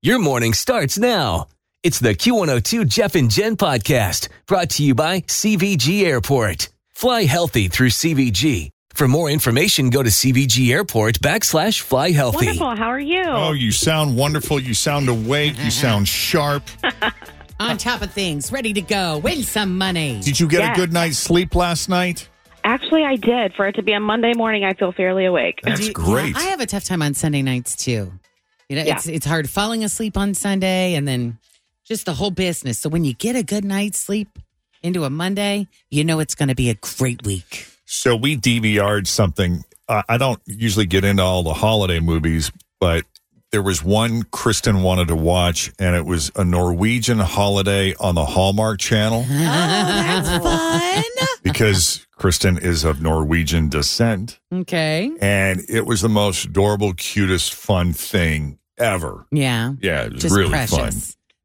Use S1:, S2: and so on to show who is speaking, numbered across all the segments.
S1: Your morning starts now. It's the Q102 Jeff and Jen podcast brought to you by CVG Airport. Fly healthy through CVG. For more information, go to CVG Airport backslash fly healthy.
S2: Wonderful. How are you?
S3: Oh, you sound wonderful. You sound awake. You sound sharp.
S4: on top of things, ready to go, win some money.
S3: Did you get
S2: Yes.
S3: a good night's sleep last night?
S2: Actually, I did. For it to be a Monday morning, I feel fairly awake.
S3: That's
S4: Do you-
S3: great.
S4: Yeah, I have a tough time on Sunday nights too. You know,
S2: Yeah.
S4: it's it's hard falling asleep on Sunday and then just the whole business. So when you get a good night's sleep into a Monday, you know it's going to be a great week.
S3: So we DVR'd something. Uh, I don't usually get into all the holiday movies, but there was one Kristen wanted to watch, and it was a Norwegian holiday on the Hallmark Channel because Kristen is of Norwegian descent.
S4: okay.
S3: And it was the most adorable, cutest, fun thing ever.
S4: Yeah.
S3: Yeah, it was
S4: Just
S3: really
S4: precious.
S3: fun.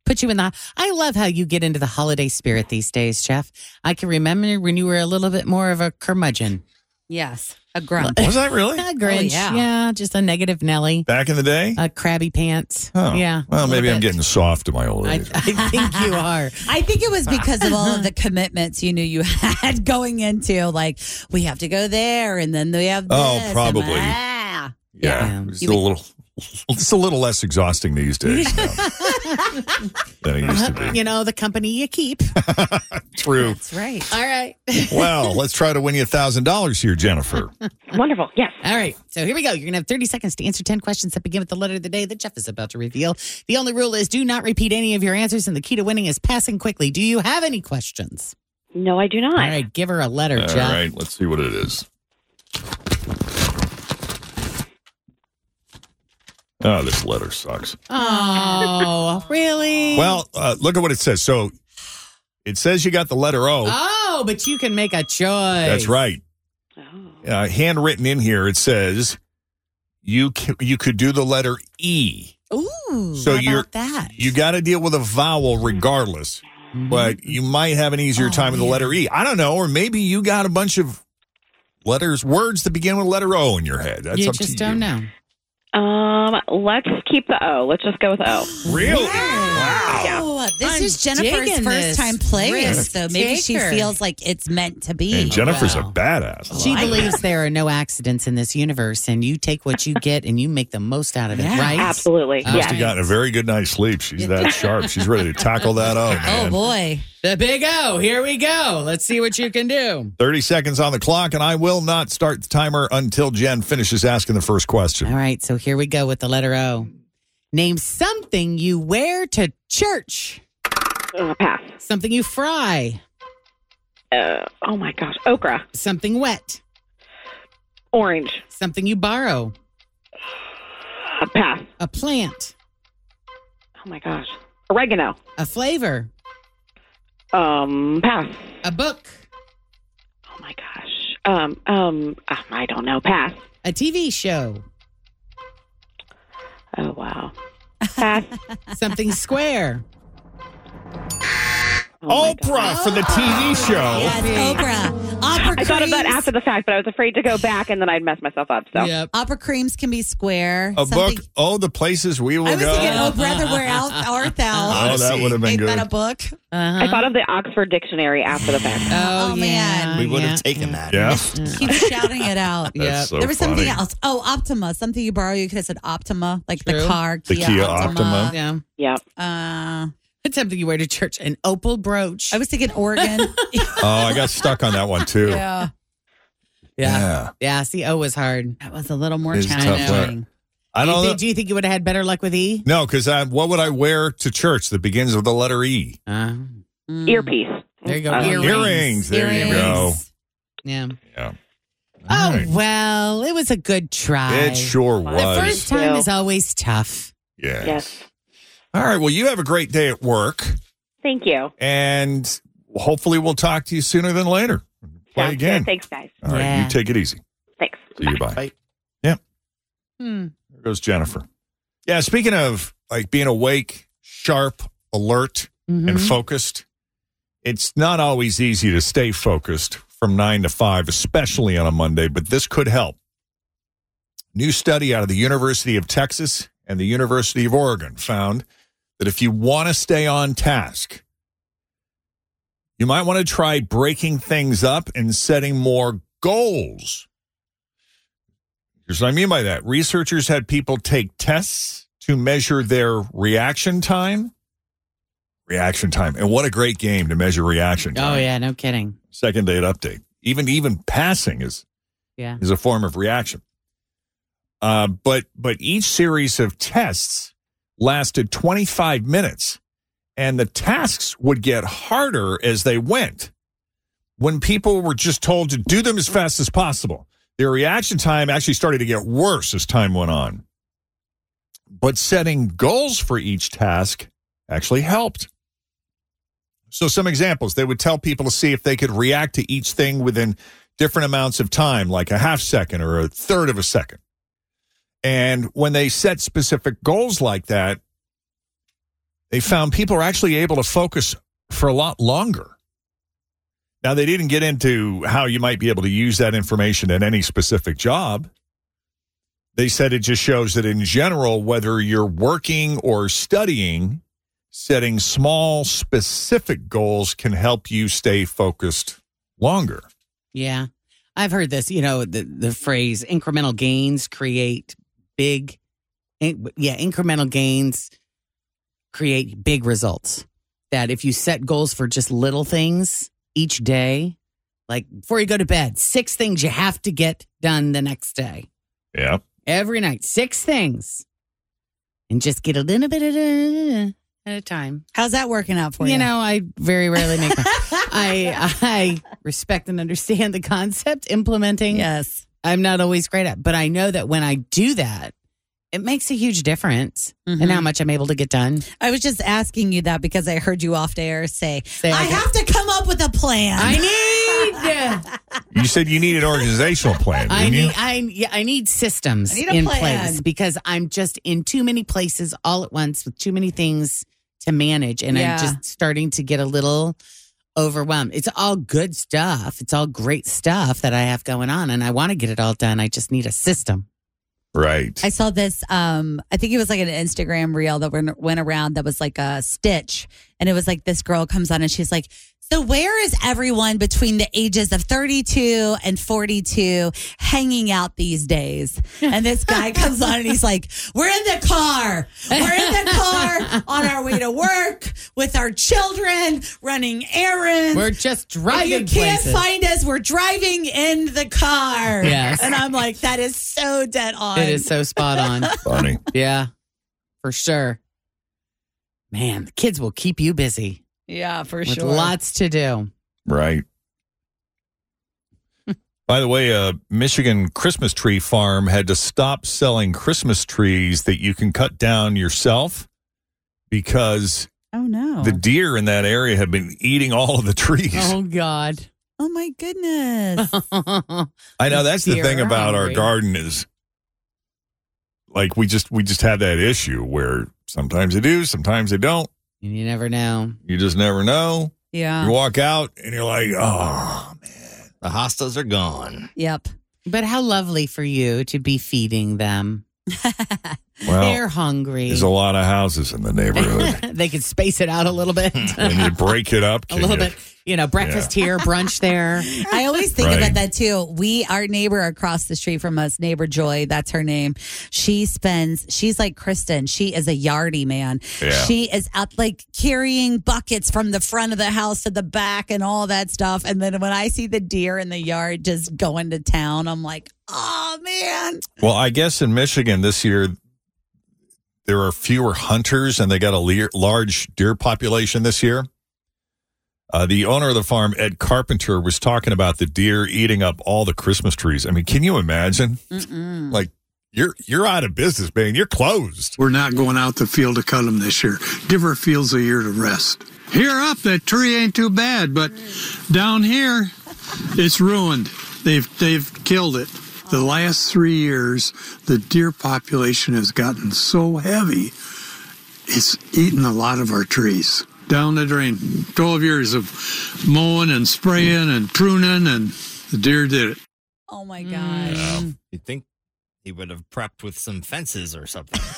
S4: Put you in the. I love how you get into the holiday spirit these days, Jeff. I can remember when you were a little bit more of a curmudgeon,
S5: Yes, a grump.
S3: Was that really?
S4: a Grinch,
S5: yeah.
S4: yeah, just a negative Nelly,
S3: Back in the day?
S4: a crabby pants.
S3: Oh.
S4: Uh, Yeah.
S3: Well,
S4: a
S3: maybe
S4: little
S3: I'm
S4: bit.
S3: getting soft in my old
S4: I,
S3: age.
S4: I think you are.
S5: I think it was because of all of the commitments you knew you had going into. Like, we have to go there, and then we have.
S3: Oh,
S5: this, and
S3: probably.
S5: that.
S4: Yeah.
S3: It's a little, it's a little less exhausting these days you know, than it used to be.
S4: You know, the company you keep.
S3: True.
S5: That's right.
S4: All right.
S3: Well, let's try to win you a thousand dollars here, Jennifer.
S2: Wonderful. Yes.
S4: All right. So here we go. You're going to have 30 seconds to answer 10 questions that begin with the letter of the day that Jeff is about to reveal. The only rule is do not repeat any of your answers, and the key to winning is passing quickly. Do you have any questions?
S2: No, I do not.
S4: All right. Give her a letter,
S3: All
S4: Jeff.
S3: right, let's see what it is. Oh, this letter sucks.
S4: Oh, really?
S3: Well, uh, look at what it says. So it says you got the letter O.
S4: Oh, but you can make a choice.
S3: That's right.
S2: Oh.
S3: Uh, handwritten in here, it says you c- you could do the letter E.
S5: Ooh.
S3: So
S5: how
S3: you're-
S5: about that.
S3: You got to deal with a vowel regardless,
S4: Mm-hmm.
S3: but you might have an easier
S5: Oh,
S3: time with the
S5: yeah.
S3: letter E. I don't know, or maybe you got a bunch of letters, words that begin with letter O in your head. That's
S4: you
S3: up
S4: just
S3: to you.
S4: don't know.
S2: Um, let's keep the O. Let's just go with O.
S3: Really? Wow.
S5: Wow. This
S4: I'm
S5: is Jennifer's
S4: digging
S5: first
S4: this.
S5: time playing,
S4: Risk
S5: so maybe she
S4: taker.
S5: feels like it's meant to be.
S3: And Jennifer's
S4: Wow.
S3: a badass.
S4: She believes there are no accidents in this universe, and you take what you get and you make the most out of it,
S5: Yeah.
S4: right?
S2: Absolutely.
S4: Uh,
S3: Must have
S2: yes.
S3: gotten a very good night's sleep. She's that sharp. She's ready to tackle that O,
S5: oh,
S3: man.
S5: boy.
S4: The big O. Here we go. Let's see what you can do.
S3: 30 seconds on the clock, and I will not start the timer until Jen finishes asking the first question.
S4: All right, so here we go with the letter O. Name something you wear to church,
S2: Uh, pass.
S4: something you fry,
S2: Uh, oh my gosh. Okra.
S4: something wet,
S2: Orange.
S4: something you borrow,
S2: Uh, pass.
S4: a plant,
S2: Oh my gosh. Oregano.
S4: a flavor,
S2: Um, pass.
S4: a book,
S2: Oh my gosh. Um, um, uh, I don't know. Pass.
S4: a TV show,
S2: Oh wow. Pass.
S4: something square,
S2: my
S4: Oh,
S3: Oprah for the TV show.
S5: Yes, Oprah. Opera
S2: I thought of that
S4: creams-
S2: after the fact, but I was afraid to go back and then I'd mess myself up. So
S5: Yep.
S4: Opera creams can be square.
S3: A
S4: Something-
S3: book. Oh, the places we will
S4: I was
S3: go.
S4: thinking, oh brother, where art art thou?
S3: Oh, that would have been
S4: Ain't
S3: good.
S4: that a book?
S2: I thought of the Oxford Dictionary after the fact.
S5: Oh,
S4: Oh,
S5: yeah.
S4: man.
S1: we would
S5: yeah,
S1: have taken
S5: yeah.
S1: that.
S3: yeah.
S4: Keep shouting it out.
S5: Yeah.
S3: That's so
S4: there was something
S3: funny.
S4: else. Oh, Optima. Something you borrow. You could have said Optima, like the
S5: True.
S4: car.
S3: The Kia Optima.
S5: Yeah.
S2: Yeah.
S4: Uh,
S5: It's something you wear to church. An opal brooch.
S4: I was thinking Oregon.
S3: Oh, I got stuck on that one too.
S4: yeah.
S5: yeah. Yeah. See, O was hard.
S4: That was a little more
S3: It's a tough
S4: challenging.
S3: I
S5: Do you,
S3: don't know.
S5: think, do you think you would have had better luck with E?
S3: No, because what would I wear to church that begins with the letter E?
S5: Uh,
S4: Mm.
S2: Earpiece. Um,
S5: There you go.
S2: I don't know.
S5: Earring. Earrings.
S3: Uh, Earrings. There you go.
S4: Earrings.
S5: yeah.
S3: All
S5: Oh,
S3: right.
S5: well, it was a good try.
S3: It sure
S2: The
S3: was.
S5: The first time
S2: Yeah.
S5: is always tough.
S3: yes.
S2: Yes.
S3: All right. Well, you have a great day at work,
S2: Thank you.
S3: and hopefully, we'll talk to you sooner than later. Play
S2: Sounds good.
S3: again.
S2: Thanks, guys.
S3: All right.
S5: Yeah.
S3: You take it easy.
S2: Thanks.
S3: See you. Bye.
S1: Bye.
S5: Hmm.
S3: There goes Jennifer. Yeah. Speaking of like being awake, sharp, alert,
S5: Mm-hmm.
S3: and focused, it's not always easy to stay focused from nine to five, especially on a Monday, but this could help. New study out of the University of Texas and the University of Oregon found that if you want to stay on task, you might want to try breaking things up and setting more goals. Here's what I mean by that researchers had people take tests to measure their reaction time. Reaction time. And what a great game to measure reaction time
S5: Oh, yeah. No kidding.
S3: second date update. Even even passing is
S5: Yeah.
S3: is a form of reaction. Uh, but but each series of tests lasted 25 minutes, and the tasks would get harder as they went. When people were just told to do them as fast as possible, their reaction time actually started to get worse as time went on. But setting goals for each task actually helped. So, some examples they would tell people to see if they could react to each thing within different amounts of time, like a half second or a third of a second. And when they set specific goals like that, they found people are actually able to focus for a lot longer. Now, they didn't get into how you might be able to use that information in any specific job. They said it just shows that in general, whether you're working or studying, setting small, specific goals can help you stay focused longer.
S5: Yeah. I've heard this, you know, the, the phrase incremental gains create big, in- yeah, incremental gains create big results. That if you set goals for just little things each day, like before you go to bed, six things you have to get done the next day,
S3: Yeah.
S5: every night, six things, and just get a little bit at a, at a time.
S4: How's that working out for you?
S5: You know, I very rarely make. My, I I respect and understand the concept. Implementing,
S4: yes.
S5: I'm not always great at, but I know that when I do that, it makes a huge difference in
S4: Mhm.
S5: how much I'm able to get done.
S4: I was just asking you that because I heard you off air say,
S5: Say I
S4: I
S5: got-
S4: have to come up with a plan.
S5: I need,
S3: You said you need an organizational plan,
S5: I
S3: didn't you?
S5: need, I yeah, I need systems
S4: I need a
S5: in
S4: plan.
S5: place because I'm just in too many places all at once with too many things to manage, and
S4: Yeah.
S5: I'm just starting to get a little overwhelmed. It's all good stuff. It's all great stuff that I have going on, and I want to get it all done. I just need a system.
S3: Right.
S4: I saw this. Um, I think it was like an Instagram reel that went went around that was like a stitch, and it was like this girl comes on and she's like, "So where is everyone between the ages of thirty two and forty two hanging out these days?" And this guy comes on and he's like, "We're in the car. We're in the car on our way to work with our children, running errands.
S5: We're just
S4: if
S5: driving.
S4: you can't
S5: places.
S4: find us, we're driving in the car."
S5: Yes.
S4: and I'm like, "That is so dead on."
S5: It is so spot on.
S3: Funny.
S5: Yeah, for sure. Man, the kids will keep you busy
S4: Yeah, for
S5: with
S4: sure.
S5: lots to do.
S3: Right. By the way, a Michigan Christmas tree farm had to stop selling Christmas trees that you can cut down yourself because
S4: Oh no.
S3: the deer in that area have been eating all of the trees.
S5: Oh, God.
S4: oh my goodness.
S3: I know that's the
S5: Deer
S3: thing
S5: are
S3: about our
S5: hungry.
S3: garden is like we just we just have that issue where sometimes they do, sometimes they don't.
S5: you never know.
S3: You just never know.
S4: yeah.
S3: You walk out and you're like, oh man,
S6: The hostas are gone.
S5: Yep.
S4: But how lovely for you to be feeding them.
S3: Well,
S4: They're hungry.
S3: there's a lot of houses in the neighborhood.
S4: they could space it out a little bit.
S3: and you
S4: a
S3: break it up. can
S4: little
S3: you?
S4: bit. You know, breakfast here, brunch there.
S5: I always think
S3: Right.
S5: about that too. We, our neighbor across the street from us, neighbor Joy, that's her name. She spends, she's like Kristen. She is a yardie man.
S3: Yeah.
S5: She is out like carrying buckets from the front of the house to the back and all that stuff. And then when I see the deer in the yard just going to town, I'm like, oh man.
S3: Well, I guess in Michigan this year, there are fewer hunters and they got a lear- large deer population this year. Uh, the owner of the farm, Ed Carpenter, was talking about the deer eating up all the Christmas trees. I mean, can you imagine?
S5: Mm-mm.
S3: Like, you're you're out of business, man. You're closed.
S7: We're not going out the field to cut them this year. Give our fields a year to rest. Here up, that tree ain't too bad, but down here, it's ruined. They've they've killed it. The last three years, the deer population has gotten so heavy, it's eaten a lot of our trees. Down the drain. Twelve years of mowing and spraying and pruning, and the deer did it.
S5: Oh my gosh.
S6: Mm. Um, You'd think he would have prepped with some fences or something.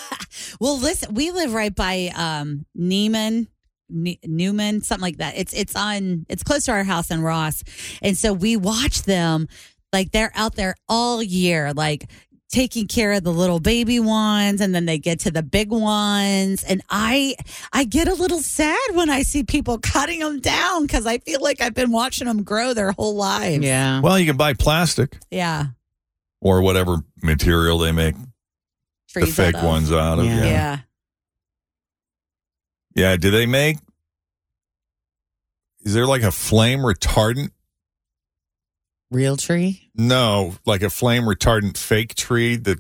S5: Well, listen, we live right by um Neiman. Ne- Newman, something like that. It's it's on it's close to our house in Ross, and so we watch them like they're out there all year, like taking care of the little baby ones, and then they get to the big ones. And I I get a little sad when I see people cutting them down because I feel like I've been watching them grow their whole lives.
S4: Yeah.
S3: Well, you can buy plastic
S5: yeah,
S3: or whatever material they make the
S5: Trees out
S3: fake
S5: of-
S3: ones out of.
S4: Yeah.
S3: Yeah.
S5: Yeah,
S3: Yeah, do they make? Is there like a flame retardant?
S4: Real tree.
S3: No, like a flame retardant fake tree that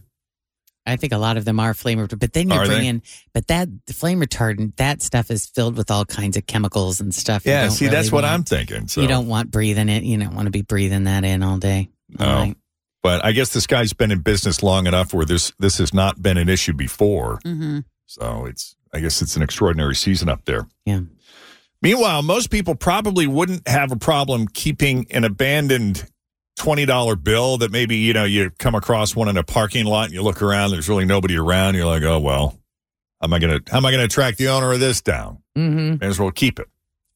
S4: I think a lot of them are flame retardant, but then
S3: Are
S4: you're
S3: they?
S4: bringing, but that the flame retardant, that stuff is filled with all kinds of chemicals and stuff. you
S3: Yeah,
S4: don't
S3: see, that's what
S4: really want.
S3: I'm thinking. So,
S4: You don't want breathing it. You don't want to be breathing that in all day.
S3: No. but I guess this guy's been in business long enough where this this has not been an issue before.
S5: mm-hmm.
S3: So it's I guess it's an extraordinary season up there.
S4: Yeah.
S3: Meanwhile, most people probably wouldn't have a problem keeping an abandoned twenty dollar bill that maybe you know you come across one in a parking lot and you look around, there's really nobody around. You're like, oh well, how am I gonna how am I gonna track the owner of this down?
S4: Mm-hmm.
S3: May as well keep it.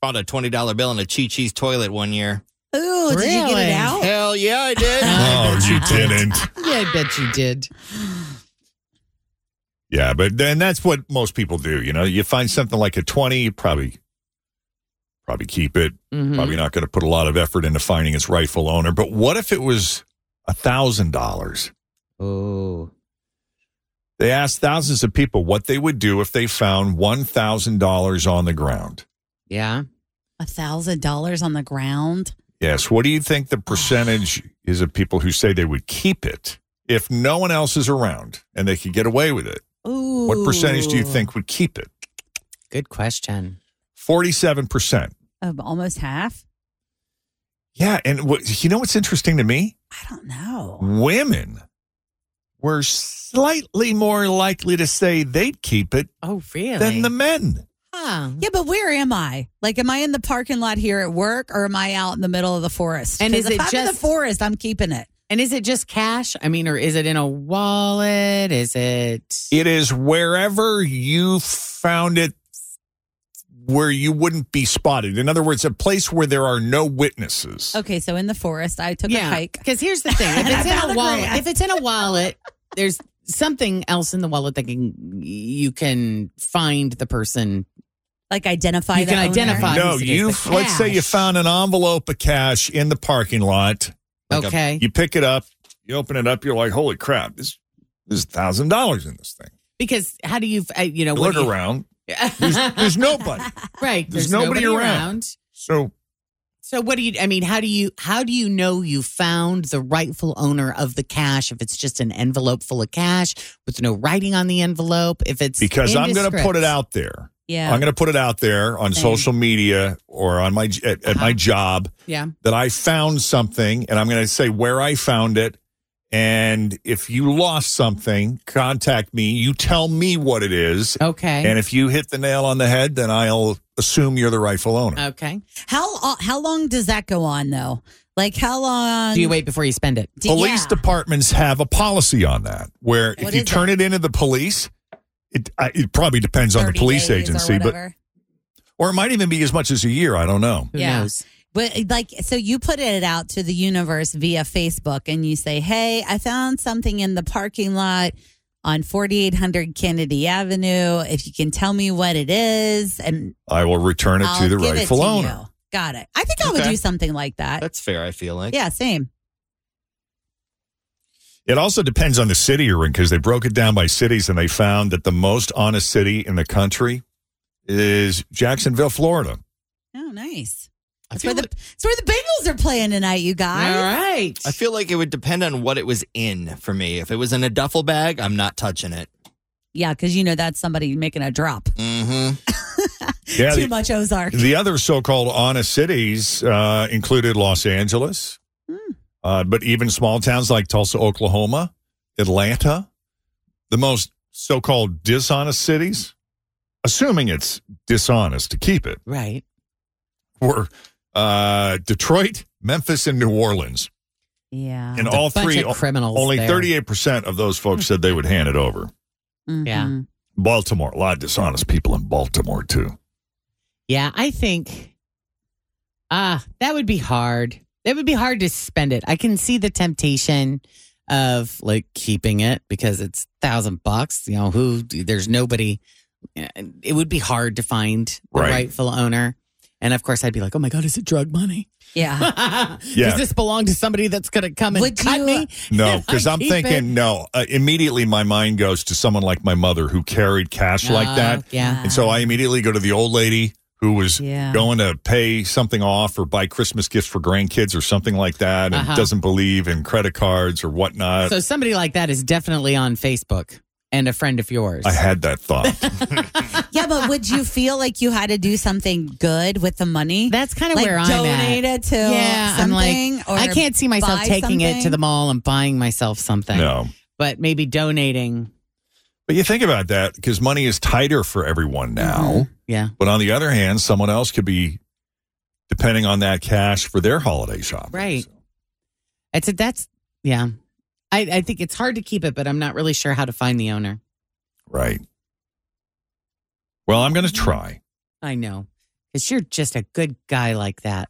S6: Found a twenty dollar bill in a Chi Chi's toilet one year.
S4: Oh,
S6: Uh,
S5: Ooh, did you get
S4: Really?
S5: it out?
S6: Hell yeah, I did.
S3: Oh, you didn't.
S4: Yeah, I bet you did.
S3: Yeah, but then that's what most people do. You know, you find something like a twenty, you probably probably keep it.
S4: Mhm.
S3: Probably not going to put a lot of effort into finding its rightful owner. But what if it was a thousand dollars?
S4: Oh,
S3: They asked thousands of people what they would do if they found one thousand dollars on the ground.
S4: yeah.
S5: A thousand dollars on the ground.
S3: Yes. What do you think the percentage is of people who say they would keep it if no one else is around and they could get away with it?
S5: Ooh.
S3: What percentage do you think would keep it?
S4: Good question.
S3: Forty-seven percent.
S5: Of almost half?
S3: Yeah, and what, you know what's interesting to me?
S5: I don't
S3: Mm.
S5: know.
S3: Women were slightly more likely to say they'd keep it
S4: Oh, really?
S3: than the men.
S4: Huh.
S5: Yeah, but where am I? Like, am I in the parking lot here at work, or am I out in the middle of the forest?
S4: And
S5: 'Cause
S4: is
S5: if
S4: it
S5: I'm in the
S4: just-
S5: forest? I'm keeping it.
S4: And is it just cash? I mean, or is it in a wallet? Is it?
S3: It is wherever you found it where you wouldn't be spotted. In other words, a place where there are no witnesses.
S5: Okay, so in the forest, I took a hike.
S4: Because here's the thing: if
S5: And I
S4: it's in
S5: found
S4: a
S5: a
S4: wallet,
S5: grand.
S4: if it's in a wallet, there's something else in the wallet that can you can find the person.
S5: Like, identify.
S4: You
S5: the
S4: can
S5: owner.
S4: identify.
S3: No,
S4: It is
S3: you
S4: the
S3: let's say you
S4: cash.
S3: found an envelope of cash in the parking lot. Like a-
S4: Okay.
S3: you pick it up, you open it up, you're like, holy crap, this there's thousand dollars in this thing.
S4: Because how do you? uh, You know,
S3: You
S4: when
S3: look
S4: you-
S3: around, there's, there's nobody.
S4: right?
S3: there's nobody around. So
S4: So what do you? I mean, how do you? How do you know you found the rightful owner of the cash? If it's just an envelope full of cash with no writing on the envelope, if it's
S3: because I'm going to put it
S4: indescript.
S3: out there.
S5: Yeah.
S3: I'm going to put it out there on
S5: Same.
S3: social media or on my at, at my
S4: Uh-huh.
S3: job
S4: Yeah.
S3: that I found something, and I'm going to say where I found it. And if you lost something, contact me. You tell me what it is,
S4: Okay.
S3: and if you hit the nail on the head,
S5: Uh,
S3: then I'll assume you're the rightful owner.
S4: okay.
S5: How how long does that go on though? Like how long?
S4: Do you wait before you spend it?
S5: do-
S3: Police
S5: yeah.
S3: departments have a policy on that where
S5: What
S3: if you
S5: is
S3: turn it? into the police, it, I, it probably depends on the
S5: 30
S3: police
S5: days or
S3: agency, but
S5: whatever?
S3: or it might even be as much as a year. I don't know.
S4: Who
S5: Yeah.
S4: knows?
S5: But eh, like, so you put it out to the universe via Facebook, and you say, "Hey, I found something in the parking lot on 4800 Kennedy Avenue. If you can tell me what it is, and
S3: I will return it
S5: I'll
S3: to the
S5: give
S3: rightful
S5: it to
S3: owner.
S5: You. Got it. I think I would
S6: Okay.
S5: do something like that.
S6: That's fair, I feel like.
S5: yeah, same.
S3: It also depends on the city you're in because they broke it down by cities and they found that the most honest city in the country is Jacksonville, Florida.
S5: Oh, nice.
S6: I
S5: That's
S6: feel,
S5: where the
S6: like,
S5: that's where the Bengals are playing tonight, you guys.
S4: All right.
S6: I feel like it would depend on what it was in for me. If it was in a duffel bag, I'm not touching it.
S5: Yeah, because you know that's somebody making a drop.
S6: Mm-hmm.
S3: Yeah,
S5: Too
S3: the,
S5: much Ozark.
S3: the other so-called honest cities uh, included Los Angeles,
S5: Hmm.
S3: uh, but even small towns like Tulsa, Oklahoma, Atlanta, the most so-called dishonest cities, assuming it's dishonest to keep it,
S4: Right.
S3: were uh, Detroit, Memphis, and New Orleans.
S5: yeah.
S3: And
S4: It's a
S3: all
S4: bunch
S3: three,
S4: of criminals.
S3: Only
S4: there.
S3: thirty-eight percent of those folks said they would hand it over.
S4: Yeah.
S5: Mhm.
S3: Baltimore, a lot of dishonest people in Baltimore too.
S4: Yeah, I think ah, that would be hard. That would be hard to spend it. I can see the temptation of like keeping it because it's thousand bucks. You know, who there's nobody. eh, It would be hard to find the
S3: Right.
S4: rightful owner. And of course, I'd be like, "Oh my God, is it drug money?
S5: Yeah.
S3: Yeah.
S4: Does this belong to somebody that's going to come and
S5: Would
S4: cut
S5: you-
S4: me?"
S3: No,
S4: if I
S3: because I'm
S4: keep
S3: thinking
S4: it?
S3: no. Uh, immediately, my mind goes to someone like my mother who carried cash like that,
S4: Oh, Yeah,
S3: and so I immediately go to the old lady who was
S5: Yeah.
S3: going to pay something off or buy Christmas gifts for grandkids or something like that, and
S4: Uh-huh.
S3: doesn't believe in credit cards or whatnot.
S4: so somebody like that is definitely on Facebook and a friend of yours.
S3: I had that thought.
S5: Yeah, but would you feel like you had to do something good with the money?
S4: That's kind of
S5: like
S4: where I'm
S5: donate
S4: at.
S5: it to something
S4: I'm like,
S5: or
S4: I can't see myself
S5: buy
S4: taking it to
S5: something?
S4: the mall and buying myself something.
S3: no.
S4: But maybe donating.
S3: But you think about that because money is tighter for everyone now.
S4: Mm-hmm. Yeah.
S3: But on the other hand, someone else could be depending on that cash for their holiday shopping.
S4: Right. It's a, that's, yeah. I, I think it's hard to keep it, but I'm not really sure how to find the owner.
S3: Right. Well, I'm going to try.
S4: I know. Because you're just a good guy like that.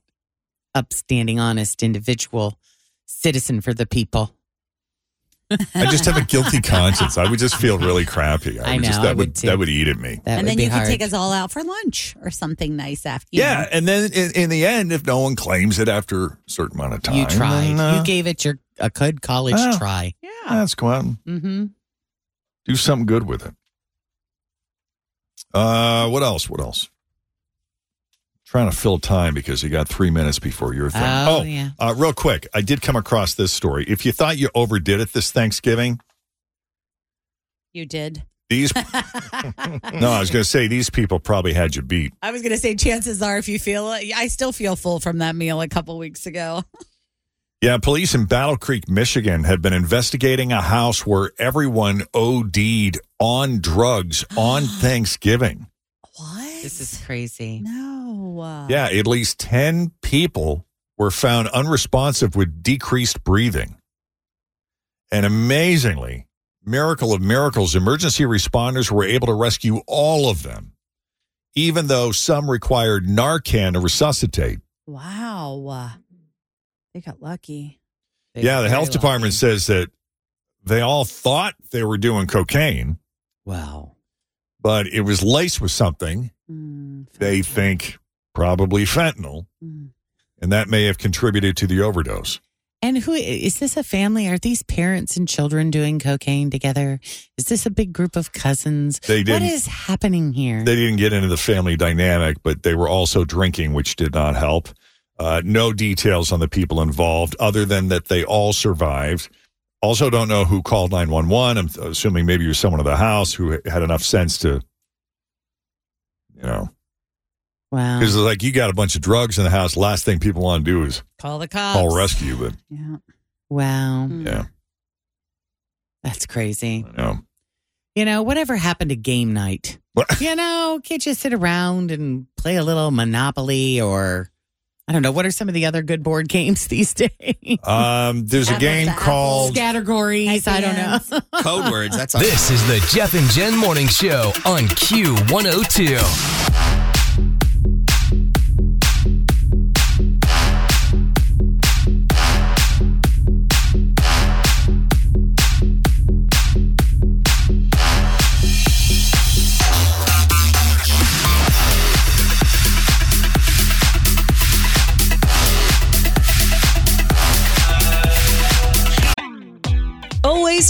S4: Upstanding, honest individual, citizen for the people.
S3: I just have a guilty conscience. I would just feel really crappy.
S4: I
S3: would just
S4: know,
S3: that
S4: I would too.
S3: that would eat at me.
S4: That
S5: and
S4: would
S5: then
S4: be
S5: you
S4: hard.
S5: could take us all out for lunch or something nice after. you
S3: Yeah,
S5: know.
S3: and then in, in the end, if no one claims it after a certain amount of time,
S4: You tried.
S3: then, uh,
S4: you gave it your a good college
S3: Oh.
S4: try.
S3: yeah, let's go out and
S4: Mm-hmm.
S3: do something good with it. Uh, what else? What else? Trying to fill time because you got three minutes before your thing.
S4: Oh, yeah.
S3: Uh, real quick, I did come across this story. If you thought you overdid it this Thanksgiving,
S5: you did.
S3: these no, I was going to say these people probably had you beat.
S5: I was gonna say, chances are, if you feel it, I still feel full from that meal a couple weeks ago.
S3: Yeah, police in Battle Creek, Michigan, had been investigating a house where everyone OD'd on drugs on Thanksgiving.
S5: What?
S4: This is crazy.
S5: no.
S3: Yeah, at least 10 people were found unresponsive with decreased breathing. And amazingly, miracle of miracles, emergency responders were able to rescue all of them, even though some required Narcan to resuscitate.
S5: Wow. They got lucky.
S4: They
S3: yeah,
S4: were
S3: the
S4: very
S3: health department
S4: lucky.
S3: says that they all thought they were doing cocaine,
S4: Wow.
S3: but it was laced with something
S5: Mm,
S3: they think probably fentanyl,
S5: Mm.
S3: and that may have contributed to the overdose.
S4: And who is this a family? Are these parents and children doing cocaine together? Is this a big group of cousins?
S3: They
S4: What
S3: didn't-
S4: is happening here?
S3: They didn't get into the family dynamic, but they were also drinking, which did not help. Uh, no details on the people involved, other than that they all survived. Also, don't know who called 911. I'm th- assuming maybe you're someone of the house who had enough sense to, you know,
S4: wow.
S3: because like you got a bunch of drugs in the house. Last thing people want to do is
S5: Call the cops.
S3: call rescue, but
S5: Yeah.
S4: Wow.
S5: Mm.
S3: yeah,
S4: That's crazy.
S3: you know.
S4: You know, whatever happened to game night?
S3: But
S4: You know, can't you sit around and play a little Monopoly or I don't know. What are some of the other good board games these days?
S3: Um, there's a
S5: Apples to
S3: game
S5: apples.
S3: called
S4: Categories. I don't know.
S5: IPNs.
S6: Code words. That's all.
S1: This is the Jeff and Jen Morning Show on Q102.
S8: Always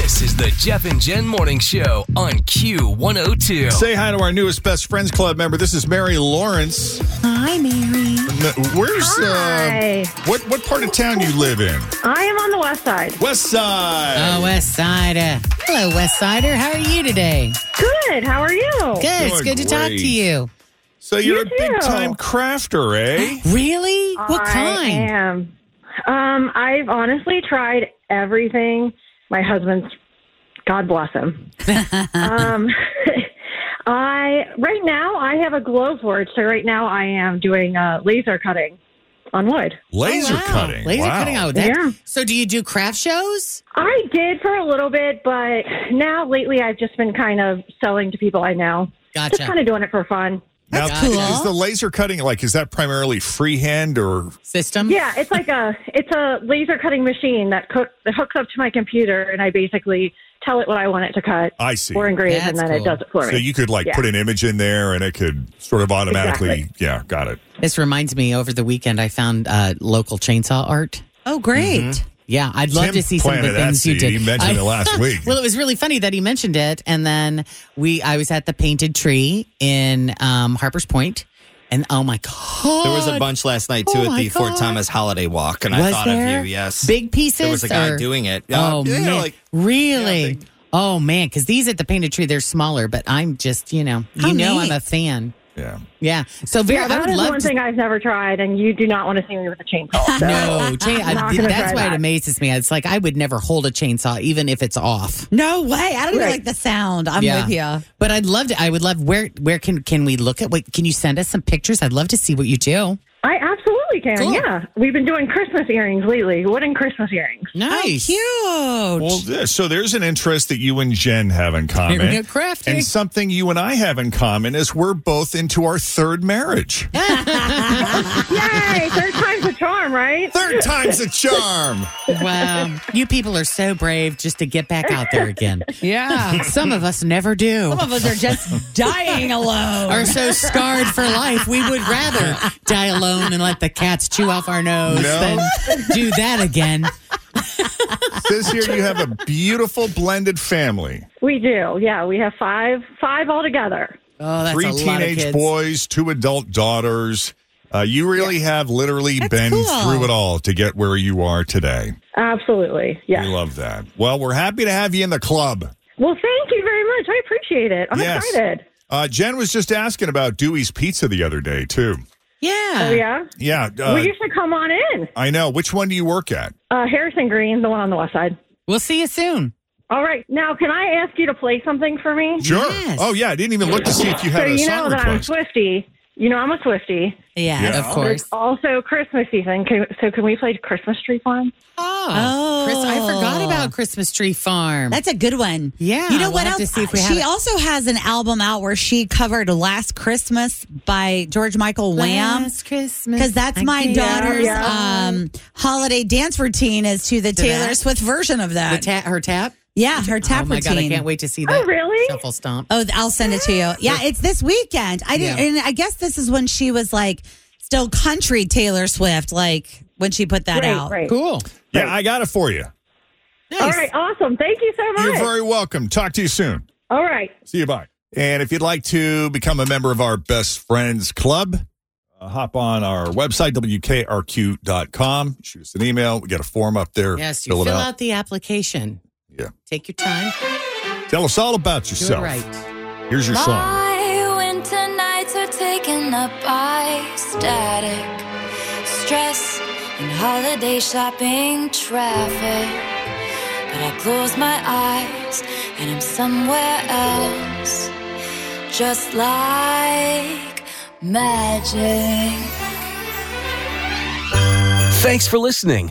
S1: This is the Jeff and Jen Morning Show on Q102.
S3: Say Hi to Our Newest Best Friends Club member. This is Mary Lawrence.
S9: Hi, Mary.
S3: N- Where's
S9: Hi.
S3: Uh, what what part of town you live in?
S9: I am on the west side.
S3: West Side.
S4: Oh, West Sider. Hello, West Sider. How are you today?
S9: Good. How are you?
S4: Good. It's
S3: Doing
S4: good to talk
S3: great.
S4: to you.
S3: so you're
S9: you
S3: a big
S9: too.
S3: time crafter, eh?
S4: Really? What
S9: I
S4: kind?
S9: am. Um, I've honestly tried everything. My husband's, God bless him. um, I right now I have a glow forge, so right now I am doing uh, laser cutting on wood.
S3: Laser
S4: Oh, wow.
S3: cutting.
S4: Laser
S3: wow.
S4: cutting. Oh, that,
S9: Yeah.
S4: So, do you do craft shows?
S9: I did for a little bit, but now lately I've just been kind of selling to people I know.
S4: Gotcha.
S9: Just kind of doing it for fun.
S3: Now,
S4: That's cool.
S3: Is the laser cutting like is that primarily freehand or
S5: Um,
S4: System?
S9: Yeah, it's like a it's a laser cutting machine that cook that hooks up to my computer, and I basically tell it what I want it to cut
S3: I see.
S9: or engrave, and
S4: That's
S9: then
S4: cool.
S9: it does it for
S3: So
S9: me.
S3: you could like
S9: Yeah.
S3: put an image in there and it could sort of automatically Yeah, got it.
S4: This reminds me. Over the weekend, I found uh, local chainsaw art.
S5: Oh, great.
S4: Yeah, I'd love
S3: Mm-hmm. Tim
S4: to see some of the
S3: planted that
S4: things you
S3: seed.
S4: did.
S3: He mentioned
S4: I-
S3: it last week.
S4: well, it was really funny that he mentioned it, and then we. I was at the Painted Tree in um, Harper's Point, and oh my god,
S6: There was a bunch last night too
S4: Oh
S6: at
S4: my
S6: the Fort
S4: God.
S6: Thomas Holiday Walk, and I
S4: Was
S6: thought
S4: there?
S6: of you. Yes,
S4: big pieces.
S6: there was a guy
S4: or-
S6: doing it.
S4: Oh
S6: yeah,
S4: man,
S6: like
S4: really? oh man, because these at the Painted Tree they're smaller, but I'm just you know
S5: How
S4: you know
S5: neat.
S4: I'm a fan.
S3: Yeah.
S4: Yeah, so Vera,
S9: yeah,
S4: I
S9: that
S4: would
S9: is
S4: love
S9: one
S4: to.
S9: thing I've never tried, and you do not want to see me with a chainsaw. So.
S4: no, Oh, chain,
S9: I'm not
S4: I,
S9: gonna
S4: that's
S9: try
S4: why it
S9: that.
S4: amazes me. It's like I would never hold a chainsaw, even if it's off.
S5: No way. I don't even
S9: Right.
S5: like the sound. I'm
S4: Yeah.
S5: with you.
S4: But I'd love to. I would love where. Where can can we look at? Wait, can you send us some pictures? I'd love to see what you do.
S9: I absolutely can.
S4: Cool.
S9: Yeah, we've been doing Christmas earrings lately, wooden Christmas earrings.
S4: Nice.
S5: Cute.
S3: Well, yeah, so there's an interest that you and Jen have in common.
S4: You're crafty.
S3: And something you and I have in common is we're both into our third marriage.
S9: Yay! Third time's a charm, right?
S3: Third time's a charm.
S4: wow, you people are so brave just to get back out there again. Yeah, some of us never do.
S5: Some of us are just dying alone.
S4: Are so scarred for life. We would rather die alone and let the cats chew off our nose
S3: No.
S4: than do that again.
S3: Says here you have a beautiful blended family.
S9: We do. Yeah, we have five five all together.
S4: Oh, that's
S3: Three
S4: a lot of
S3: teenage
S4: kids.
S3: boys, two adult daughters. Uh, you really have literally been
S5: cool.
S3: through it all to get where you are today.
S9: Absolutely. Yeah.
S3: We love that. Well, we're happy to have you in the club.
S9: Well, thank you very much. I appreciate it. I'm
S3: Yes.
S9: excited.
S3: Uh, Jen was just asking about Dewey's Pizza the other day, too.
S9: Oh
S4: Yeah.
S9: yeah.
S3: Yeah.
S9: well,
S3: Uh,
S9: you should come on in.
S3: I know. Which one do you work at?
S9: Uh, Harrison Green, the one on the west side.
S4: We'll see you soon.
S9: All right. Now, can I ask you to play something for me?
S3: Sure.
S4: Yes.
S3: Oh, yeah. I didn't even look to see if you
S9: So
S3: had a
S9: you
S3: song
S9: know that I'm a
S3: request.
S9: Swifty. You know I'm a Swifty.
S5: yeah.
S3: Yeah.
S4: Of course.
S9: Also, Christmas season. Can, so can we play Christmas Tree Farm?
S4: Oh,
S5: Oh.
S4: Chris, I forgot about Christmas Tree Farm.
S5: That's a good one.
S4: Yeah,
S5: You know
S4: we'll
S5: what
S4: have
S5: else?
S4: to see if we have
S5: she
S4: it.
S5: also has an album out where she covered Last Christmas by George Michael Wham.
S4: Last Christmas.
S5: Because that's
S4: I
S5: my
S4: gave
S5: daughter's
S4: you
S5: um, holiday dance routine is to the Taylor
S4: that?
S5: Swift version of
S4: the
S5: that.
S4: ta- her tap.
S10: Yeah, her tap
S4: oh my
S10: routine.
S4: god, I can't wait to see that.
S2: really?
S4: Shuffle stomp.
S10: Oh, th- I'll send it to you. Yeah, it's this weekend. I didn't,
S4: Yeah.
S10: and I guess this is when she was like still country Taylor Swift, like when she put that
S2: Right,
S10: out.
S2: right.
S4: Cool.
S3: Yeah, I got it for you.
S2: All right, awesome. Thank you so much.
S3: You're very welcome. Talk to you soon.
S2: All right.
S3: See you. Bye. And if you'd like to become a member of our Best Friends Club, uh, hop on our website, wkrq.com. Shoot us an email. We got a form up there.
S4: Yes, you fill, out. the application.
S3: Yeah.
S4: Take your time.
S3: Tell us all about
S4: Do
S3: yourself.
S4: it right.
S3: Here's your song.
S5: My winter nights are taken up by static, stress, and holiday shopping traffic. But I close my eyes and I'm somewhere else, just like magic.
S1: Thanks for listening